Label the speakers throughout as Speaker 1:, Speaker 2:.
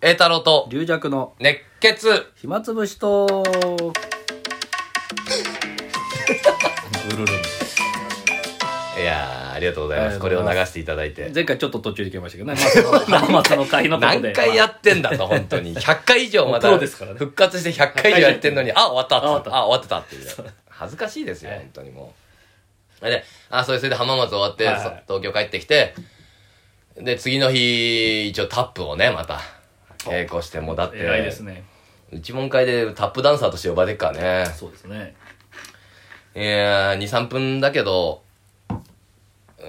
Speaker 1: 栄太郎と
Speaker 2: 龍弱の
Speaker 1: 熱血
Speaker 2: 暇つぶしと
Speaker 1: うるるいやーありがとうございま
Speaker 2: あ
Speaker 1: す
Speaker 2: り
Speaker 1: こ
Speaker 2: が
Speaker 1: れ
Speaker 2: とう
Speaker 1: を
Speaker 2: ご
Speaker 1: 流
Speaker 2: ざいます
Speaker 1: していただいて
Speaker 2: 前回ちょっと途中で来ましたけどね松 の松の会のとこで
Speaker 1: 何回やってんだと本当に100回以上ま
Speaker 2: もうプ
Speaker 1: だ
Speaker 2: ロですからね
Speaker 1: 復活して100回以上やってんのにあ終わった
Speaker 2: あ終わ
Speaker 1: っ
Speaker 2: ってた
Speaker 1: あ終わってたっていう恥ずかしいですよ
Speaker 2: はい
Speaker 1: 本当にもうであそれそれで浜松終わって
Speaker 2: はいはい
Speaker 1: そ東京帰ってきてで次の日一応タップをねまた稽古してもうだって
Speaker 2: 偉いですね
Speaker 1: 一問会でタップダンサーとして呼ばれてっからね
Speaker 2: そうですね
Speaker 1: いやー23分だけど、うん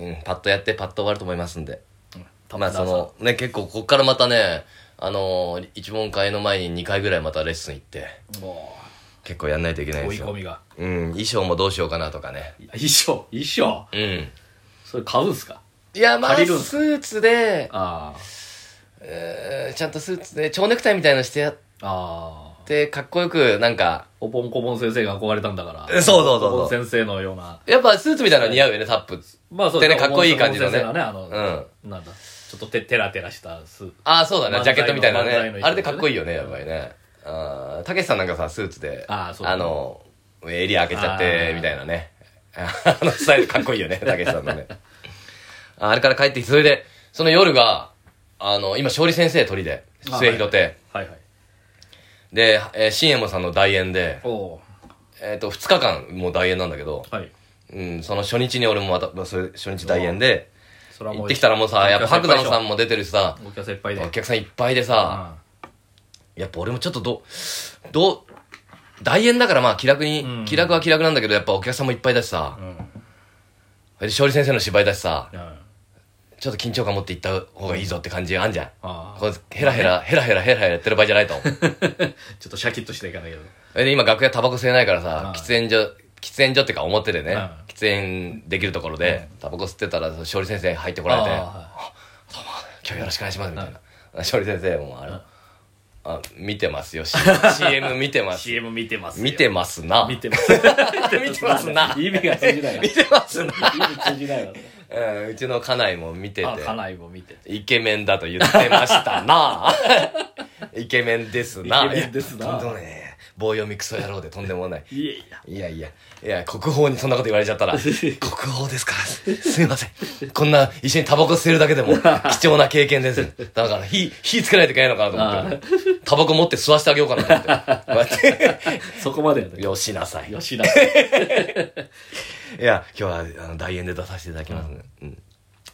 Speaker 1: いうん、パッとやってパッと終わると思いますんで
Speaker 2: うん
Speaker 1: まあそのね結構こっからまたねあのー一問会の前に2回ぐらいまたレッスン行って
Speaker 2: も
Speaker 1: 結構やんないといけな
Speaker 2: う
Speaker 1: いん
Speaker 2: 追
Speaker 1: で
Speaker 2: い
Speaker 1: す
Speaker 2: 込
Speaker 1: よ、
Speaker 2: みが
Speaker 1: うん、衣装もどうしようかなとかね
Speaker 2: いや衣装衣装
Speaker 1: うん
Speaker 2: それ買うんすか
Speaker 1: いやまあス
Speaker 2: 借りるんす
Speaker 1: ーツで、
Speaker 2: あ
Speaker 1: えーちゃんとスーツで蝶ネクタイみたいのしてやっ
Speaker 2: あああ
Speaker 1: てかっこよくなんか
Speaker 2: おぽんこぼん先生が憧れたんだから
Speaker 1: えそうそうそうそう
Speaker 2: おぼん先生のような
Speaker 1: やっぱスーツみたいなの似合うよねタップ
Speaker 2: まあそう
Speaker 1: でねかっこいい感じのね
Speaker 2: おぼん先生がねあの、なんだちょっとてテラテラしたスー
Speaker 1: ああそうだ
Speaker 2: 漫才
Speaker 1: ね
Speaker 2: の
Speaker 1: ジャケットみたいな
Speaker 2: 漫才の衣
Speaker 1: ね
Speaker 2: 装
Speaker 1: あれでかっこいいよね
Speaker 2: ね
Speaker 1: やっぱりねあーたけしさんなんかさスーツで
Speaker 2: あーそう
Speaker 1: の襟開けちゃっ
Speaker 2: あ
Speaker 1: て
Speaker 2: ー
Speaker 1: みたいなね あのスタイルかっこいい よねたけしさんのねああれから帰ってきてそれでその夜があの今勝利先生鳥で末広亭、
Speaker 2: はいはい
Speaker 1: で、えー、新右衛門さんの代演で、
Speaker 2: おお
Speaker 1: えー、と2日間もう代演なんだけど、
Speaker 2: はい
Speaker 1: うん、その初日に俺もまたまあそれ初日代演で
Speaker 2: それはもう
Speaker 1: 行ってきたらもうさやっぱ白山さんも出てるしさ
Speaker 2: お客さんいっぱいで
Speaker 1: お客さんいっぱいでさ、やっぱ俺もちょっとど、どう、大円だからまあ気楽に、
Speaker 2: うん
Speaker 1: 気楽は気楽なんだけど、やっぱお客さんもいっぱいだしさ、
Speaker 2: うん、うん
Speaker 1: で勝利先生の芝居だしさ、
Speaker 2: あ
Speaker 1: ちょっと緊張感持っていった方がいいぞって感じあんじゃん。
Speaker 2: あ
Speaker 1: こうヘラヘラ、ヘラヘラヘラヘラやってる場合じゃない と。
Speaker 2: ちょっとシャキッとしていかないけど
Speaker 1: で、今楽屋タバコ吸えないからさ
Speaker 2: あ、あ
Speaker 1: 喫煙所、喫煙所っていうか表でね、
Speaker 2: ああ
Speaker 1: 喫煙できるところで、タバコ吸ってたら勝利先生入ってこられて、
Speaker 2: あ
Speaker 1: 今日よろしくお願いしますみたいな。勝利先生もあの、あ、見てます よ、CM 見てま
Speaker 2: あ
Speaker 1: す。
Speaker 2: CM 見てますよ
Speaker 1: 見てますな。
Speaker 2: 見てます
Speaker 1: 見てますな
Speaker 2: 意味が通じないわ
Speaker 1: 見てますな、
Speaker 2: 意味通じないわ
Speaker 1: うん、うちの家内も見て
Speaker 2: あ
Speaker 1: て
Speaker 2: 家内も見てて
Speaker 1: イケメンだと言ってました なイケメンですな
Speaker 2: イケメンですな
Speaker 1: とんでもねえ棒読みクソ野郎でとんでもない
Speaker 2: いやいや
Speaker 1: いやいやいや国宝にそんなこと言われちゃったら 国宝ですからすいませんこんな一緒にタバコ吸えるだけでも 貴重な経験ですだから火火つけないといけないのかなと思ってタバコ持って吸わしてあげようかなと思ってこうや って
Speaker 2: そこまでやで
Speaker 1: よしなさい
Speaker 2: よしなさい
Speaker 1: いや、今日は、あの、大演で出させていただきますね。うん。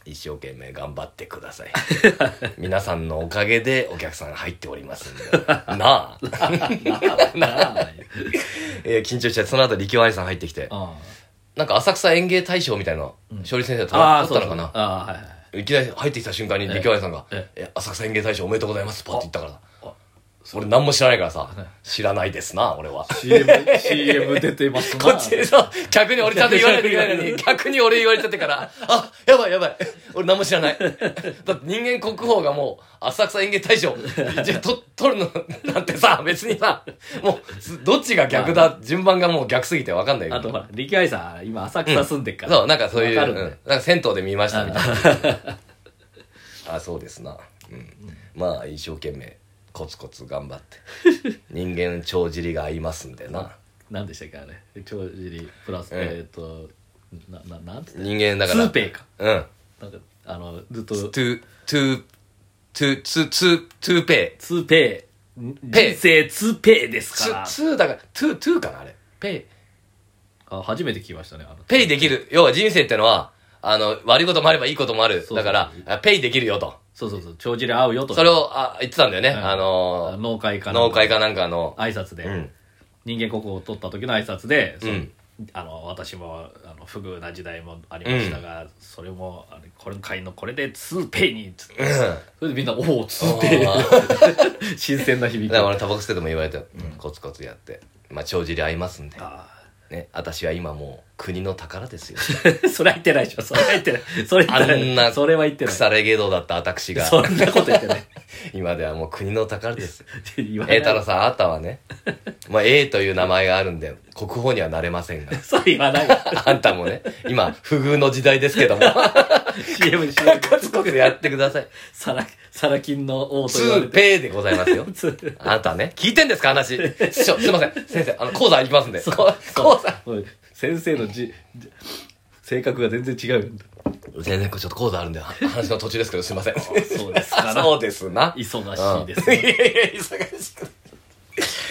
Speaker 1: 一生懸命頑張ってください。 皆さんのおかげでお客さん入っておりますん で。なあ。
Speaker 2: なあ
Speaker 1: えー緊張しちゃって、その後、力和愛さん入ってきて。
Speaker 2: あ
Speaker 1: なんか、浅草園芸大賞みたいな、勝利先生と取
Speaker 2: ああ
Speaker 1: っ
Speaker 2: そう
Speaker 1: た
Speaker 2: だ
Speaker 1: のかな。
Speaker 2: ああはいはい
Speaker 1: いきなり入ってきた瞬間に、力和愛さんが、
Speaker 2: え
Speaker 1: え、浅草園芸大賞おめでとうございます、パッて言ったから
Speaker 2: ああ。
Speaker 1: 俺何も知らないからさ、知らないですな、俺は。
Speaker 2: CM, CM 出てますな
Speaker 1: こっちでさ、客に俺ちゃんと言わないといけないの に、客に俺言われちゃってから、あ、やばいやばい。俺何も知らない。だって人間国宝がもう、浅草演芸大賞、じゃと、取るのなんてさ、別にさ、もうす、どっちが逆だ、順番がもう逆すぎてわかんないけど
Speaker 2: あとほら力愛さん今浅草住んでっから、
Speaker 1: そう、なんかそういう、
Speaker 2: わ
Speaker 1: う
Speaker 2: か
Speaker 1: ん
Speaker 2: るんだよ
Speaker 1: なんか銭湯で見ましたみたいな。あ、そうですな。うん。まあ、一生懸命、コツコツ頑張って。 人間帳尻が合いますんでな。
Speaker 2: 何でしたっけあれ帳尻プラス
Speaker 1: うん
Speaker 2: えっ、となななんつって
Speaker 1: 人間だか
Speaker 2: ツ
Speaker 1: ら。
Speaker 2: ーペイか
Speaker 1: うん。
Speaker 2: なんかあのずっと
Speaker 1: トゥ、トゥ、トゥ、ツ、ツ、トゥペイ。
Speaker 2: ツーペイ
Speaker 1: ペイ
Speaker 2: 人生ツーペイです
Speaker 1: ツ
Speaker 2: か、ら
Speaker 1: ツーだから、トゥ、トゥかなあれ。ペイ。
Speaker 2: あ初めて聞きましたねあの
Speaker 1: ペイできる。要は人生ってのは、あの、悪いこともあればいいこともある。
Speaker 2: そう
Speaker 1: だから、あペイできるよと。
Speaker 2: そうそうそう帳尻合うよと
Speaker 1: それを、あ、言ってたんだよね。
Speaker 2: うん
Speaker 1: あの
Speaker 2: 農
Speaker 1: ー、
Speaker 2: 会か
Speaker 1: 農会
Speaker 2: か
Speaker 1: かなんかの、
Speaker 2: 挨拶で、
Speaker 1: うん
Speaker 2: 人間国宝を取った時の挨拶で、そ
Speaker 1: うん
Speaker 2: あの私もあの不遇な時代もありましたが、それもあのこれ会のこれでツーペイにつって それでみんな「おおツーペイ」
Speaker 1: あ
Speaker 2: 新鮮な響き
Speaker 1: だから俺タバコ吸ってても言われて、コツコツやって。まあ、帳尻合いますんで。
Speaker 2: あ
Speaker 1: ね、私は今もう国の宝ですよ。
Speaker 2: ー それは言ってないでしょそれは言ってないそれは言ってない
Speaker 1: あんな
Speaker 2: それは言ってない
Speaker 1: 腐れ芸道だった私が、
Speaker 2: そんなこと言ってない
Speaker 1: 今ではもう国の宝です。
Speaker 2: 言わない
Speaker 1: 栄太郎さんあなたはね、まあ、A という名前があるんで国宝にはなれませんが
Speaker 2: それ言わないよ
Speaker 1: あんたもね今不遇の時代ですけども
Speaker 2: CM で
Speaker 1: コツコツやってください。
Speaker 2: サラ、サラ金の王と
Speaker 1: ツ
Speaker 2: 言われ
Speaker 1: ー
Speaker 2: て。
Speaker 1: ペーでございますよ。
Speaker 2: ツー
Speaker 1: あなたね、聞いてんですか話。師匠、すいません。先生、あの、講座行きますんで。こ講座。
Speaker 2: そう先生のじ、じ性格が全然違うんだ。
Speaker 1: 全然、ちょっと講座あるんで、話の途中ですけど、すいません。
Speaker 2: そうですから
Speaker 1: そうですな。
Speaker 2: 忙しいです
Speaker 1: うん
Speaker 2: ね
Speaker 1: いやいや、忙しくな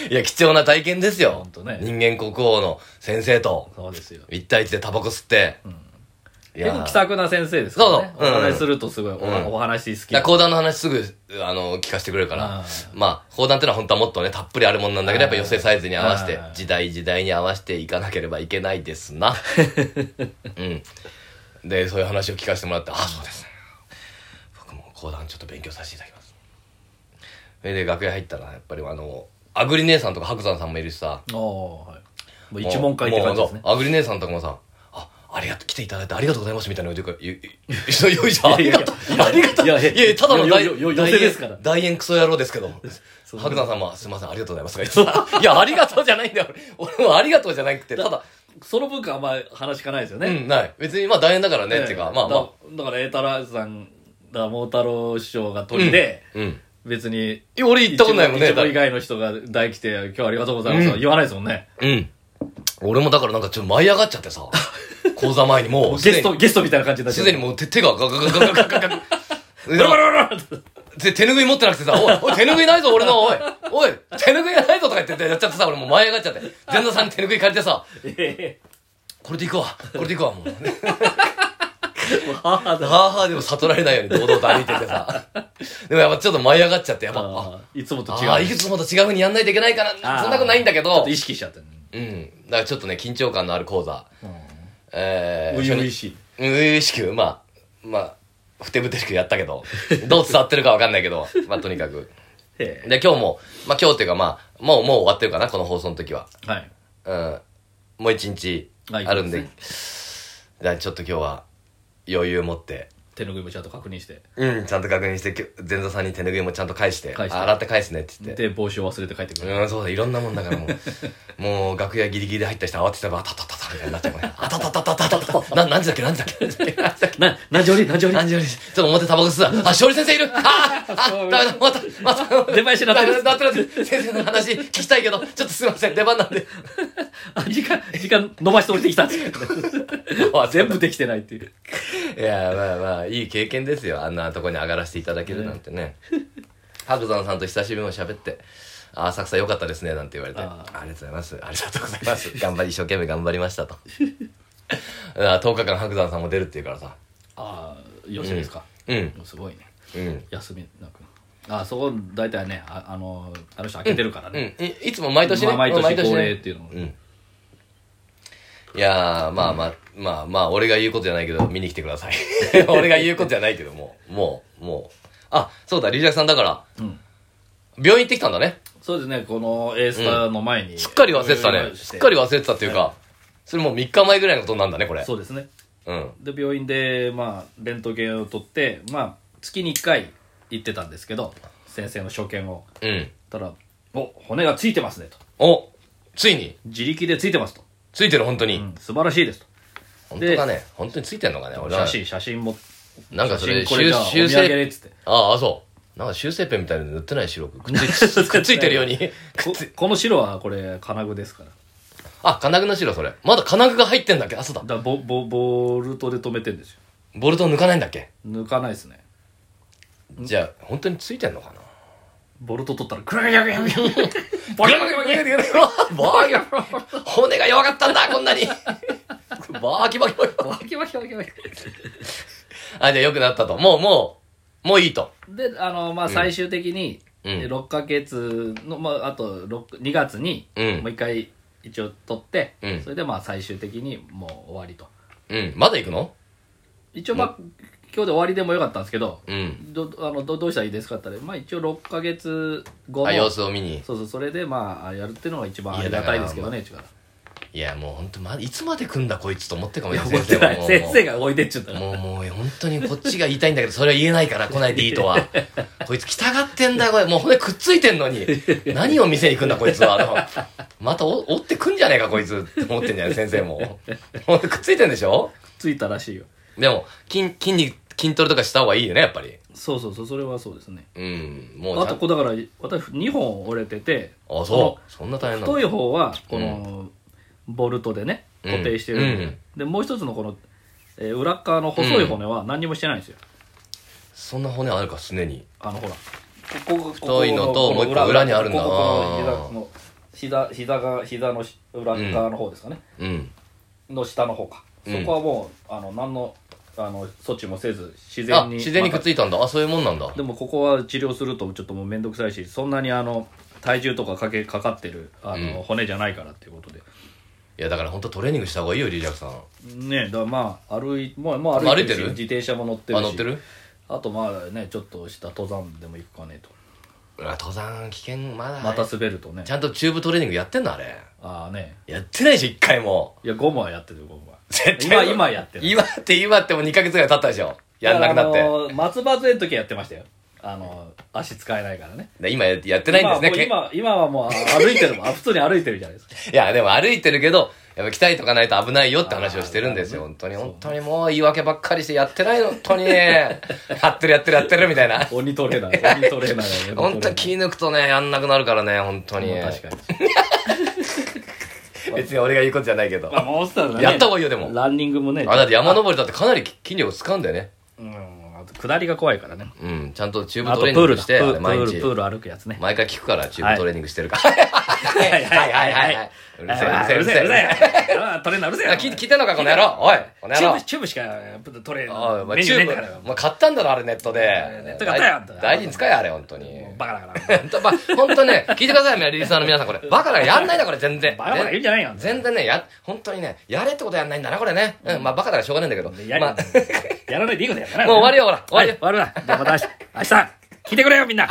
Speaker 1: い。いや、貴重な体験ですよ
Speaker 2: ほんと。ね
Speaker 1: 人間国王の先生と、
Speaker 2: そうですよ。
Speaker 1: 一対一でタバコ吸って。い
Speaker 2: 結
Speaker 1: や
Speaker 2: 構気さくな先生ですからね。
Speaker 1: そうそううん
Speaker 2: お話しするとすごいお,、
Speaker 1: ん
Speaker 2: お話好き
Speaker 1: だから
Speaker 2: な。
Speaker 1: 講談の話すぐ、あの、聞かせてくれるから。まあ、講談ってのは本当はもっとね、たっぷりあるもんなんだけど、やっぱ寄せサイズに合わせて
Speaker 2: は、い
Speaker 1: 時代時代に合わせていかなければいけないです な。うん。で、そういう話を聞かせてもらって、あ、そうですね。僕も講談ちょっと勉強させていただきます。それで、楽屋入ったら、やっぱりあの、アグリ姉さんとか白山さんもいるしさ、
Speaker 2: ああ、はい。もう一問会って感じです
Speaker 1: も
Speaker 2: ね
Speaker 1: う。そうアグリ姉さんとかもさ、あ、ありがとう、来ていただいてありがとうございますみたいなこと言うから、ゆゆゆよいしょ、ありがとう、ありがとう。
Speaker 2: いやいや
Speaker 1: いや、ただの大
Speaker 2: よよよよ
Speaker 1: 大
Speaker 2: 寄せですから
Speaker 1: 円大円クソ野郎ですけど、白山さんも、すいません、ありがとうございますとか言ってた。いや、ありがとうじゃないんだよ。俺俺もありがとうじゃなくて、ただ、
Speaker 2: その文化あんまり話聞かないですよ
Speaker 1: う
Speaker 2: ね。
Speaker 1: ん、ない。別に、まあ、大円だからね、っていうか、まあまあ。
Speaker 2: だだから、栄太郎さん、だから桃太郎師匠が鳥で、
Speaker 1: うん。
Speaker 2: 別に、
Speaker 1: いや俺行ったことないもんね
Speaker 2: 一応以外の人が大来て、今日はありがとうございます、
Speaker 1: うん
Speaker 2: 言わないですもんね。
Speaker 1: うん。俺もだからなんかちょっと舞い上がっちゃってさ、講座前にもう、
Speaker 2: ゲスト、ゲストみたいな感じになっ
Speaker 1: す
Speaker 2: ちゃう
Speaker 1: でにもう手手がガガガガガガガガガ。
Speaker 2: ブラブラブラブラ
Speaker 1: で、手拭い持ってなくてさ、おい、おい、手拭いないぞ、俺の、おい、おい、手拭いないぞとか言っててやっちゃってさ、俺もう舞い上がっちゃって、前座さんに手拭い借りてさ、
Speaker 2: え
Speaker 1: これで行くわ、これで行くわ、もう。
Speaker 2: えも う母だ。
Speaker 1: はあはあでも悟られないように堂々と歩いててさ。でもやっぱちょっと舞い上がっちゃって、やっぱ、あ、
Speaker 2: あーいつもと
Speaker 1: あ
Speaker 2: 違う。
Speaker 1: ーいくつもと違う風にやんないといけないか
Speaker 2: あ
Speaker 1: な、
Speaker 2: ー
Speaker 1: そんなことないんだけ
Speaker 2: ちょっ
Speaker 1: ど
Speaker 2: と、意識しちゃったね。
Speaker 1: うん。だからちょっとね、緊張感のある講座。えー、
Speaker 2: 初々しい。
Speaker 1: 初日初々しく、まあ、まあ、ふてぶてしくやったけど、どう伝わってるかわかんないけど、まあとにかく。
Speaker 2: え
Speaker 1: で、今日も、まあ今日っていうかまあ、もうもう終わってるかな、この放送の時は。
Speaker 2: えはい。
Speaker 1: うん。もう一日あるんで、
Speaker 2: あいい
Speaker 1: だからちょっと今日は余裕持って、
Speaker 2: 手拭いもちゃんと確認して。
Speaker 1: うん、ちゃんと確認して、きゅ前座さんに手拭いもちゃんと返して、
Speaker 2: 返して
Speaker 1: あ洗って返すねって言って。
Speaker 2: で、帽子を忘れて帰ってくる。
Speaker 1: うん、そうだ、いろんなもんだからもう、もう楽屋ギリギリで入った人慌ててたら、あたたたたみたいになっちゃうもんね。あたたたたたたた。な、何時だっけ何時だっけ何時だっけ何時だっけ
Speaker 2: な、何時折り何時折り
Speaker 1: 何時より、ちょっと表タバコ吸うわ。あ、勝利先生いるあーあ
Speaker 2: そう
Speaker 1: ダメだ、また、また。
Speaker 2: 出囃子鳴って る
Speaker 1: なってる。先生の話聞きたいけど、ちょっとすいません、出番なんで。
Speaker 2: あ、時間、時間伸ばして降りてき たんですけど全部できてないっていう。
Speaker 1: いやまあまあいい経験ですよあんなとこに上がらせていただけるなんてね白山さんと久しぶりに喋って「あ浅草良かったですね」なんて言われてあ「りが
Speaker 2: あ
Speaker 1: とうございますありがとうございます」 頑張り一生懸命頑張りましたと あ10日間白山さんも出るっていうからさ
Speaker 2: ああ、よろしいですか。
Speaker 1: うん
Speaker 2: すごいね。
Speaker 1: うん
Speaker 2: 休みなく。ああ、そこ、大体ね、ああの、あの人開けてるから
Speaker 1: う
Speaker 2: ね。
Speaker 1: ん、いいつも毎年ね、
Speaker 2: まあ毎年
Speaker 1: うんね
Speaker 2: 恒例っていうのも
Speaker 1: んいやーまあまあ、まあまあ俺が言うことじゃないけど見に来てください 俺が言うことじゃないけどもうもうもうあそうだ龍尺さんだから
Speaker 2: うん。
Speaker 1: 病院行ってきたんだね
Speaker 2: そうですね、このエースターの前に。
Speaker 1: すっかり忘れてたね。すっかり忘れてたっていう
Speaker 2: は
Speaker 1: か、それもう3日前ぐらいのことなんだね、これ。
Speaker 2: そうですね。
Speaker 1: うん。
Speaker 2: で、病院で、まあ、レントゲンを取って、まあ、月に1回行ってたんですけど、先生の所見を。
Speaker 1: うん。
Speaker 2: たら、お、骨がついてますねと。
Speaker 1: おついに
Speaker 2: 自力でついてますと。
Speaker 1: ついてる、本当に。
Speaker 2: うん、素晴らしいですと。
Speaker 1: 本当かね。本当についてんのかね、俺は
Speaker 2: 写。真、写真も。
Speaker 1: なんかそれ、
Speaker 2: 写真こ
Speaker 1: 修
Speaker 2: れじゃあ
Speaker 1: 修
Speaker 2: お土産で
Speaker 1: 正
Speaker 2: っ。つって。
Speaker 1: ああ、そう。なんか修正ペンみたいなの塗ってない白く。くっつ いくっついてるように。
Speaker 2: ここの白はこれ、金具ですから。
Speaker 1: あ、金具の白、それ。まだ金具が入ってんだっけあ、そうだ。
Speaker 2: だボボボルトで止めてんですよ
Speaker 1: ボルト抜かないんだっけ
Speaker 2: 抜かないですね
Speaker 1: じゃあ、本当についてんのかな
Speaker 2: ボルト取ったらグラグラグラグラグラ
Speaker 1: ボキボキボキボキボキボキ骨が弱かったんだ、こんなに。ボキボキボキボキ。
Speaker 2: バキバキバキバキ
Speaker 1: あ、じゃあ良くなったと。もう、もう、もういいと。
Speaker 2: であのまあ最終的に
Speaker 1: うん
Speaker 2: 6ヶ月の、まあ、あと六2月に
Speaker 1: うん
Speaker 2: もう一回一応取って、
Speaker 1: うん
Speaker 2: それでまあ最終的にもう終わりと
Speaker 1: うん。まだ行くの
Speaker 2: 一応まあ、今日で終わりでもよかったんですけど、
Speaker 1: うん。
Speaker 2: どあのどどうしたらいいですかって言ったら、まあ、一応6ヶ月後
Speaker 1: あ、様
Speaker 2: の
Speaker 1: 子を見に。
Speaker 2: そうそうそれでまあやるっていうのが一番
Speaker 1: い
Speaker 2: あ
Speaker 1: や
Speaker 2: り
Speaker 1: だ
Speaker 2: が
Speaker 1: から
Speaker 2: たいですけどね力
Speaker 1: いや、もう本当ま、いつまで来んだこいつと思ってるかもね
Speaker 2: 覚えてない
Speaker 1: も
Speaker 2: 先生が置いてっちゃったから
Speaker 1: もう、もう、もう本当にこっちが言いたいんだけど、それは言えない から、来ないでいいとは。こいつ来たがってんだよ、これ。もう骨くっついてんの に。何を見せに来んだ、こいつは。あのまたお折ってくんじゃねえか、こいつって思ってんじゃない先生も。骨くっついてんでしょ
Speaker 2: ついたらしいよ
Speaker 1: でも筋筋肉筋トレとかした方がいいよねやっぱり
Speaker 2: そうそうそうそれはそうですね
Speaker 1: うんもう
Speaker 2: あ
Speaker 1: ちゃ
Speaker 2: と
Speaker 1: んと
Speaker 2: こうだから私2本折れてて
Speaker 1: あそうそんな大変なの
Speaker 2: 太い方はこのボルトでね固定してるんで,、
Speaker 1: うん
Speaker 2: でもう一つのこの、えー裏っ側の細い骨は何にもしてないんですよ、
Speaker 1: そんな骨あるかすねに
Speaker 2: あのほらここここ
Speaker 1: 太いのともう一個裏にあるんだな
Speaker 2: こここの膝の膝膝が膝のし裏側の方ですかね、
Speaker 1: うん
Speaker 2: の下の方かそ
Speaker 1: うん
Speaker 2: こはもう、あの何のあの措置もせず自
Speaker 1: あ
Speaker 2: 然に
Speaker 1: 自然にくっついたんだあそういうもんなんだ
Speaker 2: でもここは治療するとちょっともう面倒くさいしそんなにあの体重とかかけかかってるあの、
Speaker 1: うん
Speaker 2: 骨じゃないからっていうことで
Speaker 1: いやだから本当トレーニングした方がいいよリリアクさんあ
Speaker 2: ねえだからまあ歩いもうもう歩い
Speaker 1: 歩
Speaker 2: てるし
Speaker 1: いてる
Speaker 2: 自転車も乗ってるし
Speaker 1: 乗ってる
Speaker 2: あとまあねちょっとした登山でも行くかねと
Speaker 1: うわ登山危険まだ
Speaker 2: また滑るとね
Speaker 1: ちゃんとチューブトレーニングやってんのあれ
Speaker 2: ああね
Speaker 1: やってないでしょ一回も
Speaker 2: いやゴムはやってるよゴムは
Speaker 1: 絶
Speaker 2: 今
Speaker 1: 対
Speaker 2: 今やってる
Speaker 1: 今って今ってもう2ヶ月ぐらい経ったでしょやんなくなって、
Speaker 2: だからあの松葉杖の時はやってましたよあの足使えないからね
Speaker 1: で今ややってないんですねけ
Speaker 2: 今はもう今今はもうあ歩いて るもんあ普通に歩いてるじゃないですか
Speaker 1: いやでも歩いてるけどやっぱ鍛えとかないと危ないよって話をしてるんですよ
Speaker 2: あー
Speaker 1: 本当に
Speaker 2: そうね
Speaker 1: 本当にもう言い訳ばっかりしてやってないの本 当にやってるやってるやってるみたいな
Speaker 2: 鬼トレーナー鬼トレーナーが
Speaker 1: 本当に気抜くとねやんなくなるからね本当に
Speaker 2: まあ確かに
Speaker 1: 別に俺が言うことじゃないけど
Speaker 2: まあ、モンスターだね。
Speaker 1: やった方がいいよでも
Speaker 2: ランニングもね。
Speaker 1: あだって山登りだってかなり筋力使うんだよね
Speaker 2: うん、あと下りが怖いからね。
Speaker 1: うんちゃんとチュー
Speaker 2: あ
Speaker 1: ブ
Speaker 2: と
Speaker 1: ト
Speaker 2: プ
Speaker 1: レーニング
Speaker 2: ールだ。
Speaker 1: し
Speaker 2: プ
Speaker 1: て
Speaker 2: ー
Speaker 1: あ
Speaker 2: ル、
Speaker 1: れ
Speaker 2: プー
Speaker 1: 毎
Speaker 2: ル、
Speaker 1: 日
Speaker 2: プール歩くやつね。
Speaker 1: 毎回聞くからチュー
Speaker 2: は
Speaker 1: ブ
Speaker 2: い
Speaker 1: トレーニングしてるからはいはいはいはいはいうるせえうるせえうるせえうるせえ
Speaker 2: え。あトレーナーうるせえ
Speaker 1: あ
Speaker 2: な。
Speaker 1: 聞い聞いたのかこの野郎おいこの
Speaker 2: チ
Speaker 1: 野
Speaker 2: ュー
Speaker 1: 郎
Speaker 2: ブ、チューブしかト
Speaker 1: おい
Speaker 2: レーナ
Speaker 1: お
Speaker 2: ー。
Speaker 1: 前
Speaker 2: メニ
Speaker 1: チ
Speaker 2: ュー
Speaker 1: ュー
Speaker 2: ねえん
Speaker 1: ブ
Speaker 2: だから。
Speaker 1: お前買ったんだろあれネットで
Speaker 2: ネットで買ったよあんた
Speaker 1: 大事に使えよあれ本当に
Speaker 2: バカだから。
Speaker 1: 本当ば本当ね聞いてくださいねリリーさんの皆さんこれバカだからやんないなこれ全然
Speaker 2: バカバカ言うんじゃないよ。
Speaker 1: 全然ねや本当にねやれってことやんないんだなこれねうんまあバカだからしょうがないんだけど
Speaker 2: や
Speaker 1: まあ
Speaker 2: やらないでいいことやから
Speaker 1: もう終わるよほら終わ
Speaker 2: はい
Speaker 1: るよ
Speaker 2: 終わるな。じゃあまた明日、明日、聞いてくれよみんな。